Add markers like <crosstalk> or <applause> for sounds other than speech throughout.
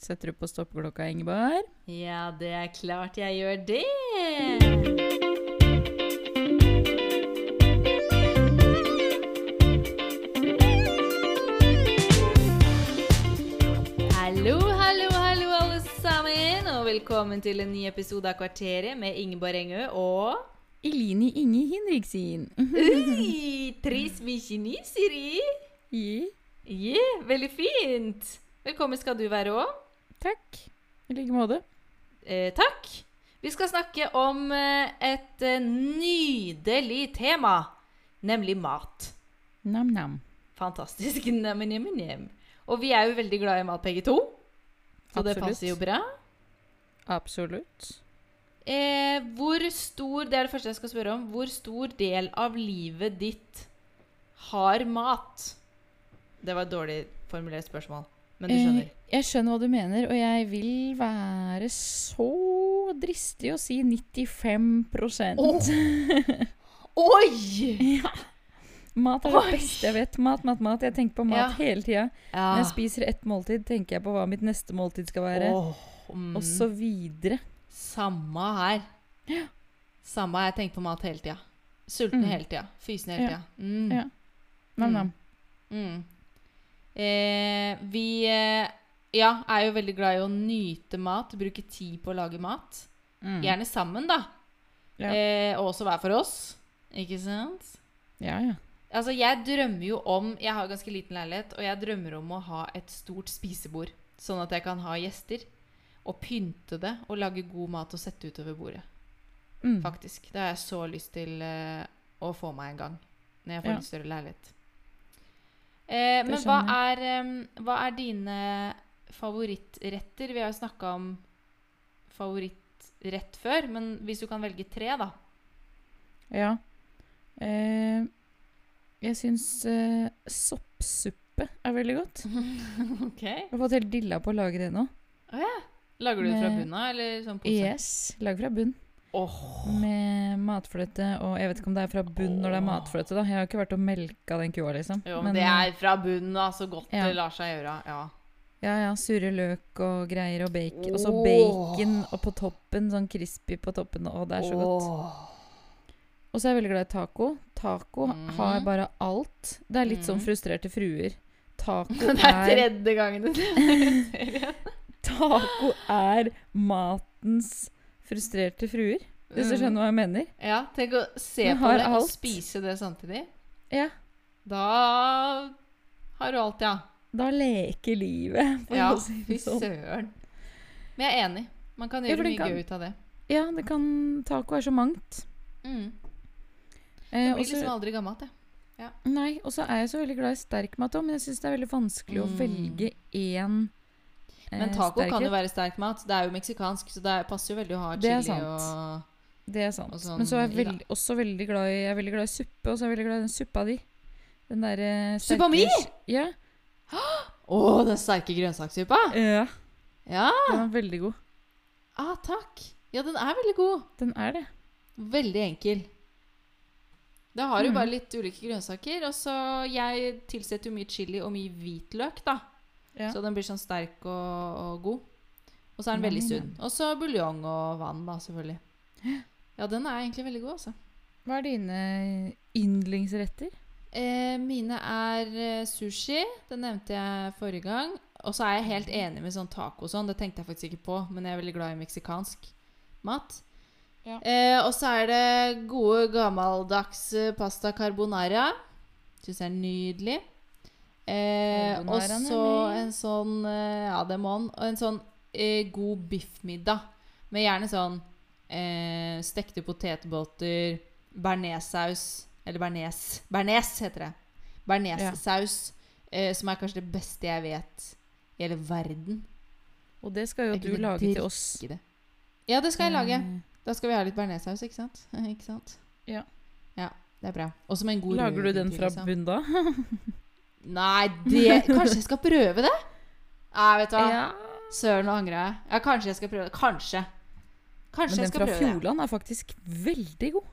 Setter du på stoppklokka, Ingeborg? Ja, det er klart jeg gjør det! Hallo, hallo, hallo, alle sammen! Og velkommen til en ny episode av Kvarteret med Ingeborg Engø og Elini Inge Hinriksin. Ui, Tris Vikinisiri! <laughs> I. Yeah, veldig fint! Velkommen skal du være òg. Takk. I like måte. Eh, takk. Vi skal snakke om eh, et eh, nydelig tema, nemlig mat. Nam-nam. Fantastisk. <laughs> Nem, nem, nem. Og vi er jo veldig glad i mat, begge to. Så det Absolutt. passer jo bra. Absolutt. Eh, hvor stor det er det første jeg skal spørre om, hvor stor del av livet ditt har mat? Det var et dårlig formulert spørsmål, men du skjønner. Eh, jeg skjønner hva du mener, og jeg vil være så dristig å si 95 <laughs> Oi! Mat er det beste jeg vet. Mat, mat, mat. Jeg tenker på mat Ja. hele tida. Ja. Når jeg spiser ett måltid, tenker jeg på hva mitt neste måltid skal være, Åh, mm. og så videre. Samme her. Samme her. Jeg tenker på mat hele tida. Sulten Mm. hele tida. Fysen hele Ja. tida. Mm. Ja. Nam-nam. Mm. Eh, vi eh, ja, er jo veldig glad i å nyte mat, bruke tid på å lage mat. Mm. Gjerne sammen, da. Ja. Eh, og også hver for oss. Ikke sant? Ja, ja. Altså, jeg drømmer jo om Jeg har ganske liten leilighet, og jeg drømmer om å ha et stort spisebord. Sånn at jeg kan ha gjester. Og pynte det, og lage god mat og sette utover bordet. Mm. Faktisk. Det har jeg så lyst til eh, å få meg en gang. Når jeg får Ja. en større leilighet. Eh, men hva er, eh, hva er dine favorittretter? Vi har jo snakka om favorittrett før, men hvis du kan velge tre, da. Ja. Eh, jeg syns eh, soppsuppe er veldig godt. Mhm. Ok. Jeg har fått helt dilla på å lage det nå. Lager du det fra Med- bunnen av, eller sånn pose? Yes, Lag fra bunn. Åh. Med matfløte og Jeg vet ikke om det er fra bunn når det er matfløte, da. Jeg har ikke vært og melka den kua, liksom. Jo, men, det er fra bunnen av, så godt Ja. det lar seg gjøre. Ja. Ja, ja. Surre løk og greier og bacon. Og så Åh. bacon og på toppen, sånn crispy på toppen. Å, det er så godt. Og så er jeg veldig glad i taco. Taco Mm. har bare alt. Det er litt sånn Mm. frustrerte fruer. Taco <laughs> <laughs> Det er er tredje gangen du ser det. Taco er matens frustrerte fruer. Hvis du Mm. skjønner hva jeg mener? Ja, tenk å se Den på har det og alt. spise det samtidig. Ja. Da har du alt, ja. Da leker livet, for Ja, å si fy det sånn. søren. Men jeg er enig. Man kan Ja, for gjøre den mye kan- gøy ut av det. Ja, det kan Taco er så mangt. Mm. Eh, Jeg blir og så- liksom aldri gammelt, jeg. nei, og så er jeg så veldig glad i sterk mat òg, men jeg syns det er veldig vanskelig å Mm. velge én eh, Men taco kan jo sterkrett. være sterk mat. Det er jo meksikansk, så det passer jo veldig å ha Det er chili sant. og Det er sant. og sånn men så er jeg i, da. veldig, også veldig glad i Jeg er veldig glad i suppe, og så er jeg veldig glad i den suppa di. Den derre Suppa mi? Ja. Å, den sterke grønnsakssuppa! ja. Ja, Den er veldig god. ah, takk. Ja, den er veldig god. Den er det. Veldig enkel. Da har du Mm. bare litt ulike grønnsaker. Og så jeg tilsetter jo mye chili og mye hvitløk, da. Ja. Så den blir sånn sterk og, og god. Og så er den Nam, nam. veldig sunn. Og så buljong og vann, da, selvfølgelig. Ja, den er egentlig veldig god, altså. Hva er dine yndlingsretter? Eh, mine er eh, sushi. Den nevnte jeg forrige gang. Og så er jeg Mm. helt enig med sånn taco og sånn. Det tenkte jeg faktisk ikke på, men jeg er veldig glad i meksikansk mat. Ja. Eh, og så er det gode, gammeldags eh, pasta carbonara. Syns jeg er nydelig. Eh, og Carbonara, så nemlig. en sånn eh, Ja, det må han. Og en sånn eh, god biffmiddag. Med gjerne sånn eh, stekte potetbåter, bearnéssaus Eller bearnés. Bearnés heter det. Bearnéssaus, eh, som er kanskje det beste jeg vet i hele verden. Og det skal jo Jeg du kunne lage til oss. Ikke det. Ja, det skal jeg lage. Eh, Da skal vi ha litt bearnéssaus, ikke sant? <laughs> ikke sant? Ja. Ja, Det er bra. Og som en god Lager du den rødvin til, fra liksom. bunn da? Nei, det Kanskje jeg skal prøve det? Nei, vet du hva. <laughs> Ja. Søren, nå angrer jeg. Ja, kanskje jeg skal prøve det. Kanskje. Men Kanskje jeg den skal fra prøve det. Fjordland er faktisk veldig god.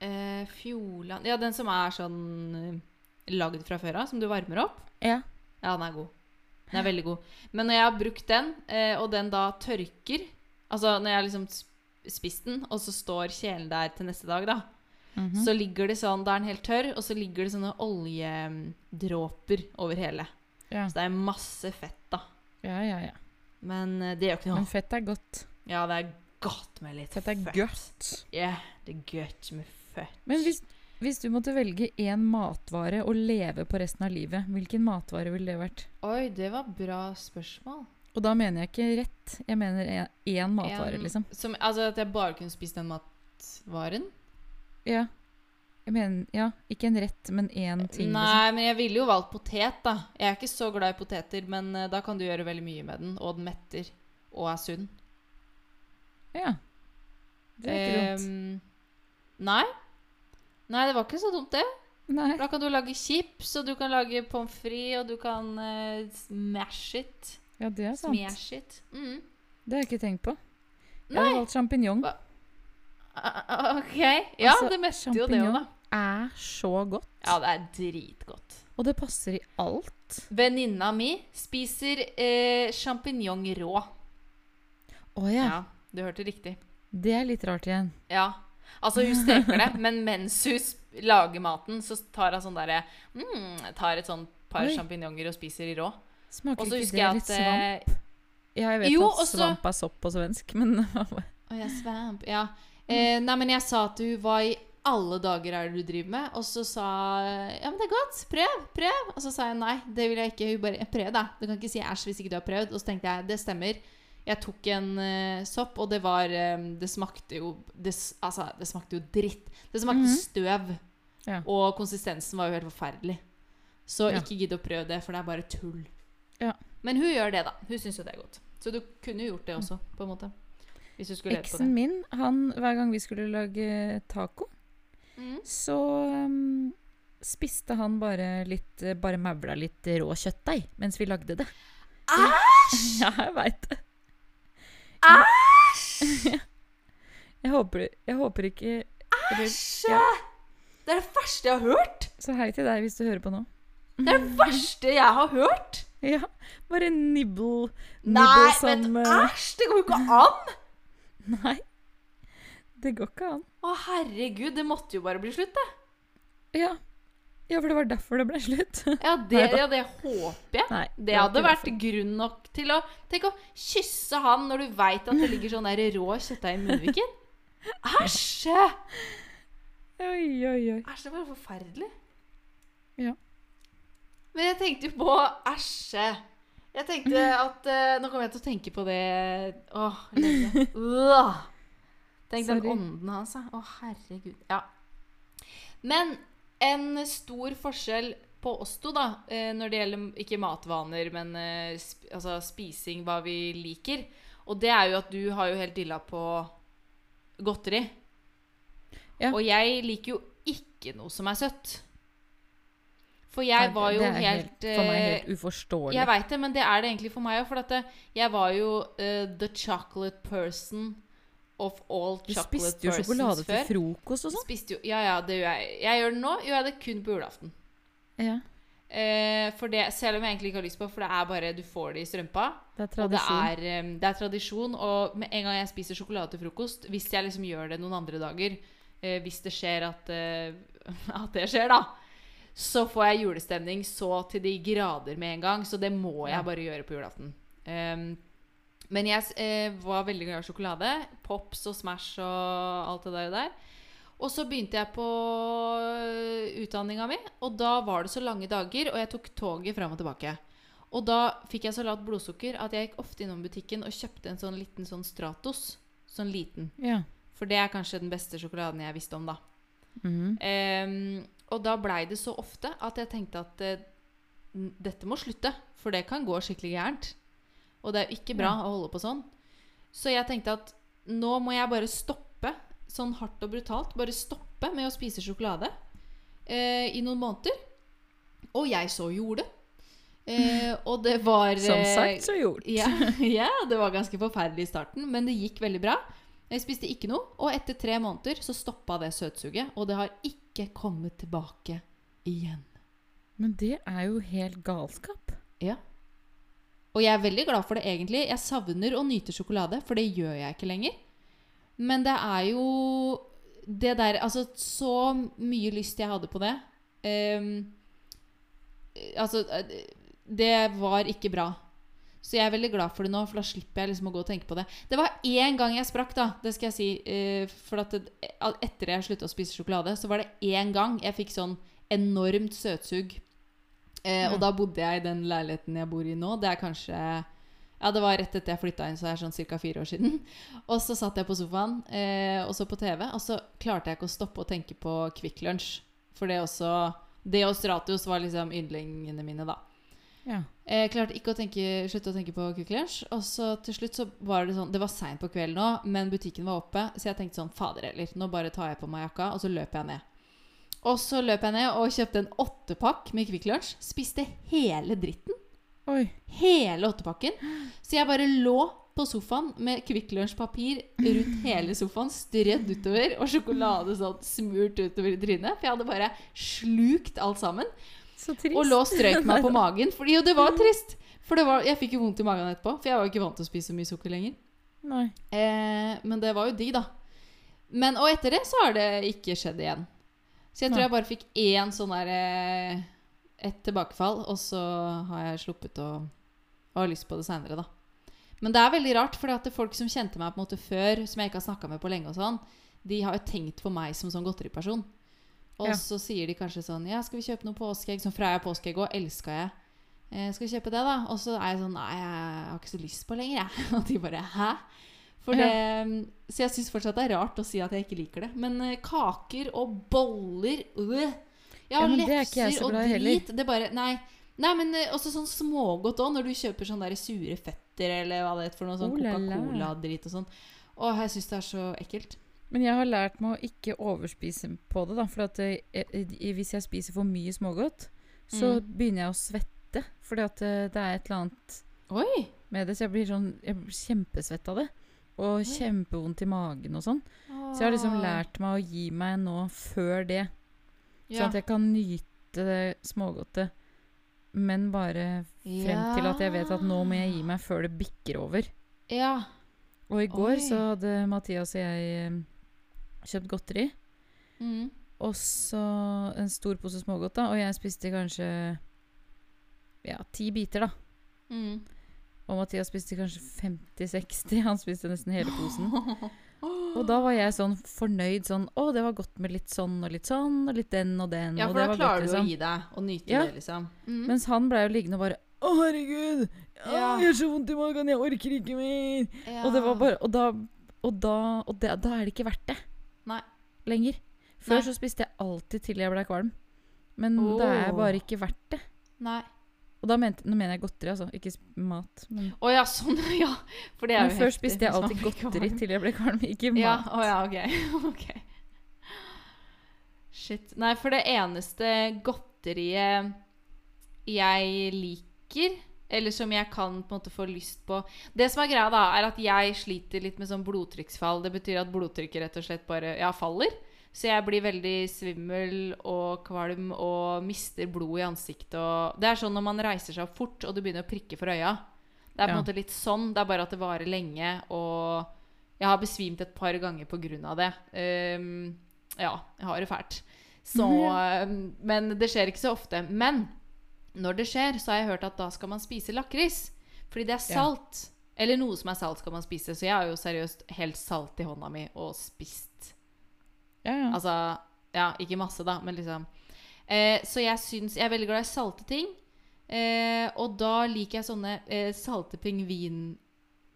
Eh, Fjordland Ja, den som er sånn eh, lagd fra før av, som du varmer opp. Ja. Ja, den er god. Den er veldig god. Men når jeg har brukt den, eh, og den da tørker Altså når jeg har liksom sp- spist den, og så står kjelen der til neste dag, da, Mhm. så ligger det sånn Da er den helt tørr, og så ligger det sånne oljedråper over hele. Ja. Så det er masse fett, da. ja, ja, ja. Men eh, det gjør ikke noe. Men fett er godt. Ja, det er godt med litt Fett er godt. Ja, det er godt med fett. Men hvis, hvis du måtte velge én matvare å leve på resten av livet, hvilken matvare ville det vært? Oi, det var bra spørsmål. Og da mener jeg ikke rett, jeg mener én- én matvare, En- liksom. Som, altså at jeg bare kunne spist den matvaren? Ja. Jeg mener, ja, ikke en rett, men én ting. Liksom. Nei, men jeg ville jo valgt potet, da. Jeg er ikke så glad i poteter, men eh, da kan du gjøre veldig mye med den. Og den metter. Og er sunn. liksom. Ja. Det er ikke dumt. Ehm, Nei. Nei, det var ikke så dumt, det. Nei. Da kan du lage chips, og du kan lage pommes frites, og du kan eh, smash it. Ja, det er sant. Smash it. Mm. <laughs> Det har jeg ikke tenkt på. Jeg Nei. hadde valgt sjampinjong. Hva- Ah, ah, OK. Ja, Altså, det meste jo det òg, da. champignon. Er så godt. Ja, det er dritgodt. Og det passer i alt. Venninna mi spiser eh, sjampinjong rå. Å ja. Ja, du hørte riktig. Det er litt rart igjen. Ja. Altså, hun steker <laughs> det, men mens hun sp- lager maten, så tar hun sånn derre mm, Tar et sånn par Oi. sjampinjonger og spiser i rå. Og Smaker så ikke husker det jeg litt at svamp? eh, Ja, jeg vet jo, at også- svamp er sopp på svensk, <laughs> men Å ja, svamp. Ja. Eh, nei, men jeg sa til hun hva i alle dager er det du driver med? Og så sa Ja, men det er godt. Prøv. Prøv. Og så sa jeg nei, det vil jeg ikke. Hun bare Prøv, da. Du kan ikke si æsj hvis ikke du har prøvd. Og så tenkte jeg det stemmer. Jeg tok en eh, sopp, og det var eh, Det smakte jo det, s- Altså, det smakte jo dritt. Det smakte Mhm. støv. Ja. Og konsistensen var jo helt forferdelig. Så Ja. ikke gidd å prøve det, for det er bare tull. Ja. Men hun gjør det, da. Hun syns jo det er godt. Så du kunne jo gjort Mm. det også, på en måte. Hvis du skulle levd på det. eksen min, han, hver gang vi skulle lage taco, Mm. så um, spiste han bare litt eh, Bare maula litt rå kjøttdeig mens vi lagde det. Æsj! <laughs> Ja, jeg veit det. Æsj! <laughs> Jeg håper, jeg håper ikke Æsj! Det er det verste jeg har hørt! Så hei til deg hvis du hører på nå. Det <laughs> er det verste jeg har hørt! Ja, bare nibble Nibble Nei, men ah! som eh, æsj! Det går jo ikke an! Nei. Det går ikke an. Å, herregud, det måtte jo bare bli slutt, det. Ja. ja, for det var derfor det ble slutt. <laughs> Ja, det, Neida. ja, det håper jeg. Nei, Det var hadde ikke vært derfor. grunn nok til å Tenk å kysse han når du veit at det ligger sånn der rå kjøttdeig i munnviken. Æsj! Æsj, Oi, oi, oi. det var jo forferdelig. Ja. Men jeg tenkte jo på æsje. Jeg <laughs> tenkte at eh, Nå kommer jeg til å tenke på det Åh, <laughs> lenge. Øh. Tenk den Sorry. ånden hans, da. Å, herregud. Ja. Men en stor forskjell på oss to, da, eh, når det gjelder ikke matvaner, men eh, sp altså spising, hva vi liker, og det er jo at du har jo helt dilla på godteri. Ja. Og jeg liker jo ikke noe som er søtt. For Nei, jeg det- var jo det er helt, For meg eh, helt uforståelig. jeg veit det, men det er det egentlig for meg òg. For at det, jeg var jo eh, the chocolate person of all du chocolate persons før. spiste jo sjokolade til frokost og sånn. Spiste jo, ja, ja, det gjør jeg. Jeg gjør det nå, gjør jeg det kun på julaften. Ja, Eh, for det, selv om jeg egentlig ikke har lyst på, for det er bare du får det i strømpa. det er Og det tradisjon. er, eh, det er tradisjon. Og med en gang jeg spiser sjokolade til frokost, hvis jeg liksom gjør det noen andre dager, eh, hvis det skjer at, eh, <laughs> at det skjer, da, så får jeg julestemning så til de grader med en gang. Så det må Ja. jeg bare gjøre på julaften. Ehm, men jeg eh, var veldig glad i sjokolade. Pops og Smash og alt det der. der. Og så begynte jeg på eh, utdanninga mi, og da var det så lange dager, og jeg tok toget fram og tilbake. Og da fikk jeg så lavt blodsukker at jeg gikk ofte innom butikken og kjøpte en sånn liten sånn Stratos. Sånn liten. Ja. For det er kanskje den beste sjokoladen jeg visste om, da. Mhm. Ehm, og da blei det så ofte at jeg tenkte at eh, n- dette må slutte, for det kan gå skikkelig gærent. Og det er jo ikke bra å holde på sånn. Så jeg tenkte at nå må jeg bare stoppe, sånn hardt og brutalt, bare stoppe med å spise sjokolade eh, i noen måneder. Og jeg så gjorde. Eh, og det var Som eh, sagt, så gjort. ja, <laughs> ja, det var ganske forferdelig i starten, men det gikk veldig bra. Jeg spiste ikke noe, og etter tre måneder så stoppa det søtsuget, og det har ikke kommet tilbake igjen. Men det er jo helt galskap. Ja. Og jeg er veldig glad for det, egentlig. Jeg savner å nyte sjokolade, for det gjør jeg ikke lenger. Men det er jo det der Altså, så mye lyst jeg hadde på det. Ehm, altså eh, Det var ikke bra. Så jeg er veldig glad for det nå, for da slipper jeg liksom å gå og tenke på det. Det var én gang jeg sprakk, da. Det skal jeg si. eh, for at det, etter jeg slutta å spise sjokolade, så var det én gang jeg fikk sånn enormt søtsug. Eh, Og Mm. da bodde jeg i den leiligheten jeg bor i nå. Det er kanskje ja, det var rett etter jeg flytta inn, så det er sånn ca. fire år siden. <laughs> Og så satt jeg på sofaen eh, og så på TV, og så klarte jeg ikke å stoppe å tenke på Kvikk Lunsj. For det også Det og Stratios var liksom yndlingene mine, da. Ja. Eh, klarte ikke å tenke, slutte å tenke på Kvikk Lunsj. Og så til slutt så var det sånn Det var seint på kvelden nå, men butikken var oppe, så jeg tenkte sånn Fader heller, nå bare tar jeg på meg jakka, og så løper jeg ned. Og så løp jeg ned og kjøpte en åttepakk med Kvikk Lunsj. Spiste hele dritten. Oi. Hele åttepakken. Så jeg bare lå på sofaen med Kvikk Lunsj-papir rundt hele sofaen, strødd utover, og sjokolade sånn smurt utover i trynet. For jeg hadde bare slukt alt sammen. Så trist. Mm. Og lå og strøyk <laughs> meg på magen. For jo, det var trist. For det var, jeg fikk jo vondt i magen etterpå, for jeg var jo ikke vant til å spise så mye sukker lenger. Nei. Eh, men det var jo digg, da. Men, og etter det så har det ikke skjedd igjen. Så jeg tror Nei. jeg bare fikk én sånn der eh, Ett tilbakefall, og så har jeg sluppet å å ha lyst på det seinere, da. Men det er veldig rart, for at det er folk som kjente meg på en måte før, som jeg ikke har snakka med på lenge, og sånn, de har jo tenkt på meg som sånn godteriperson. Og Ja. så sier de kanskje sånn Ja, skal vi kjøpe noe påskeegg? Sånn, for jeg er påskeegg òg. Elska jeg. Eh, skal vi kjøpe det, da? Og så er jeg sånn Nei, jeg har ikke så lyst på lenger, jeg. <laughs> Og de bare Hæ? For det, Så jeg syns fortsatt det er rart å si at jeg ikke liker det. Men eh, kaker og boller øh. Ja, Ja, men det er ikke jeg lefser så og glad i heller. drit. Det bare Nei. Nei, men eh, også sånn smågodt òg, når du kjøper sånn der sure føtter eller hva det heter for noe sånn Oh la la. Coca-Cola-drit og sånn. Å, jeg syns det er så ekkelt. Men jeg har lært meg å ikke overspise på det, da. For at eh, eh, hvis jeg spiser for mye smågodt, så begynner jeg å svette. Fordi at eh, det er et eller annet Oi! med det, så jeg blir sånn Jeg blir kjempesvett av det. Og kjempevondt i magen og sånn. Så jeg har liksom Ah, lært meg å gi meg nå før det. Sånn at jeg kan nyte det smågodtet, men bare frem til at jeg vet at nå må jeg gi meg før det bikker over. Ja. Og i går Oi. så hadde Mathias og jeg eh, kjøpt godteri. Mm. Og så en stor pose smågodt, da. Og jeg spiste kanskje ja, ti biter, da. Mm. Og Mathias spiste kanskje 50-60. Han spiste nesten hele posen. <gasps> Og da var jeg sånn fornøyd sånn Å, det var godt med litt sånn og litt sånn, og litt den og den. Ja, og for det da var klarer godt, du å liksom. gi deg og nyte Ja. det, liksom. Mm. Mens han blei jo liggende og bare Å, herregud! Å, Ja. Jeg har så vondt i magen, jeg orker ikke mer! ja. Og det var bare Og da Og da, og det, da er det ikke verdt det. Nei. Lenger. Før Nei. så spiste jeg alltid til jeg blei kvalm. Men det er Åh. bare ikke verdt det. Nei. Og da mente, nå mener jeg godteri, altså. Ikke sp- mat. Men, Å ja, sånn, <laughs> ja. For det er men jo før heftig, liksom. spiste jeg hvis man alltid blir godteri kvalm. til jeg ble kvalm, ikke mat. Ja, å ja, ok. <laughs> ok. Shit. Nei, for det eneste godteriet jeg liker, eller som jeg kan på en måte få lyst på Det som er greia, da, er at jeg sliter litt med sånn blodtrykksfall. Det betyr at blodtrykket rett og slett bare ja, faller. Så jeg blir veldig svimmel og kvalm og mister blod i ansiktet. Og det er sånn når man reiser seg opp fort og du begynner å prikke for øya. Det er på en Ja. måte litt sånn, det er bare at det varer lenge. Og jeg har besvimt et par ganger pga. det. Ehm, ja, jeg har det fælt. Så, ehm, men det skjer ikke så ofte. Men når det skjer, så har jeg hørt at da skal man spise lakris. Fordi det er Ja. salt. Eller noe som er salt, skal man spise. Så jeg har jo seriøst helt salt i hånda mi og spist. Ja, ja. Altså, ja, ikke masse, da, men liksom. Eh, så jeg syns Jeg er veldig glad i salte ting. Eh, og da liker jeg sånne eh, salte pingvin...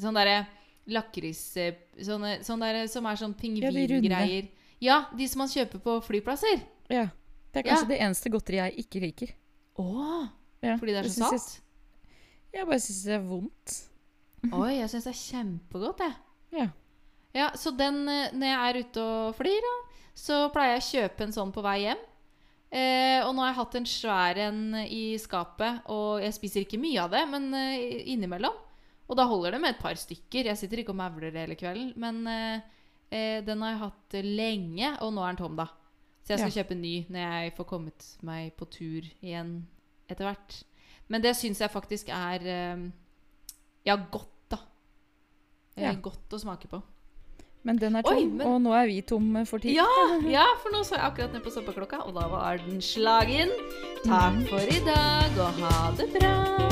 Sånn derre lakris... eh, Sånne, sånne derre som er sånn Ja, de runde. pingvingreier. Ja, de som man kjøper på flyplasser. ja. Det er Ja. kanskje det eneste godteriet jeg ikke liker. Åh, Ja. fordi det er Jeg synes så salt? <laughs> Jeg, jeg bare syns det er vondt. Oi, jeg syns det er kjempegodt, jeg. Ja. Ja, så den eh, når jeg er ute og flyr, da, så pleier jeg å kjøpe en sånn på vei hjem. Eh, og nå har jeg hatt en svær en i skapet, og jeg spiser ikke mye av det, men eh, innimellom. Og da holder det med et par stykker. Jeg sitter ikke og mauler hele kvelden. Men eh, eh, den har jeg hatt lenge, og nå er den tom, da. Så jeg skal kjøpe en ny når jeg får kommet meg på tur igjen etter hvert. Men det syns jeg faktisk er eh, Ja, godt, da. Eh, Ja. Godt å smake på. Men den er tom, Oi, men- og nå er vi tomme for tid. Ja, ja, for nå så jeg akkurat ned på stoppeklokka, og da var den slagen. Takk for i dag, og ha det bra.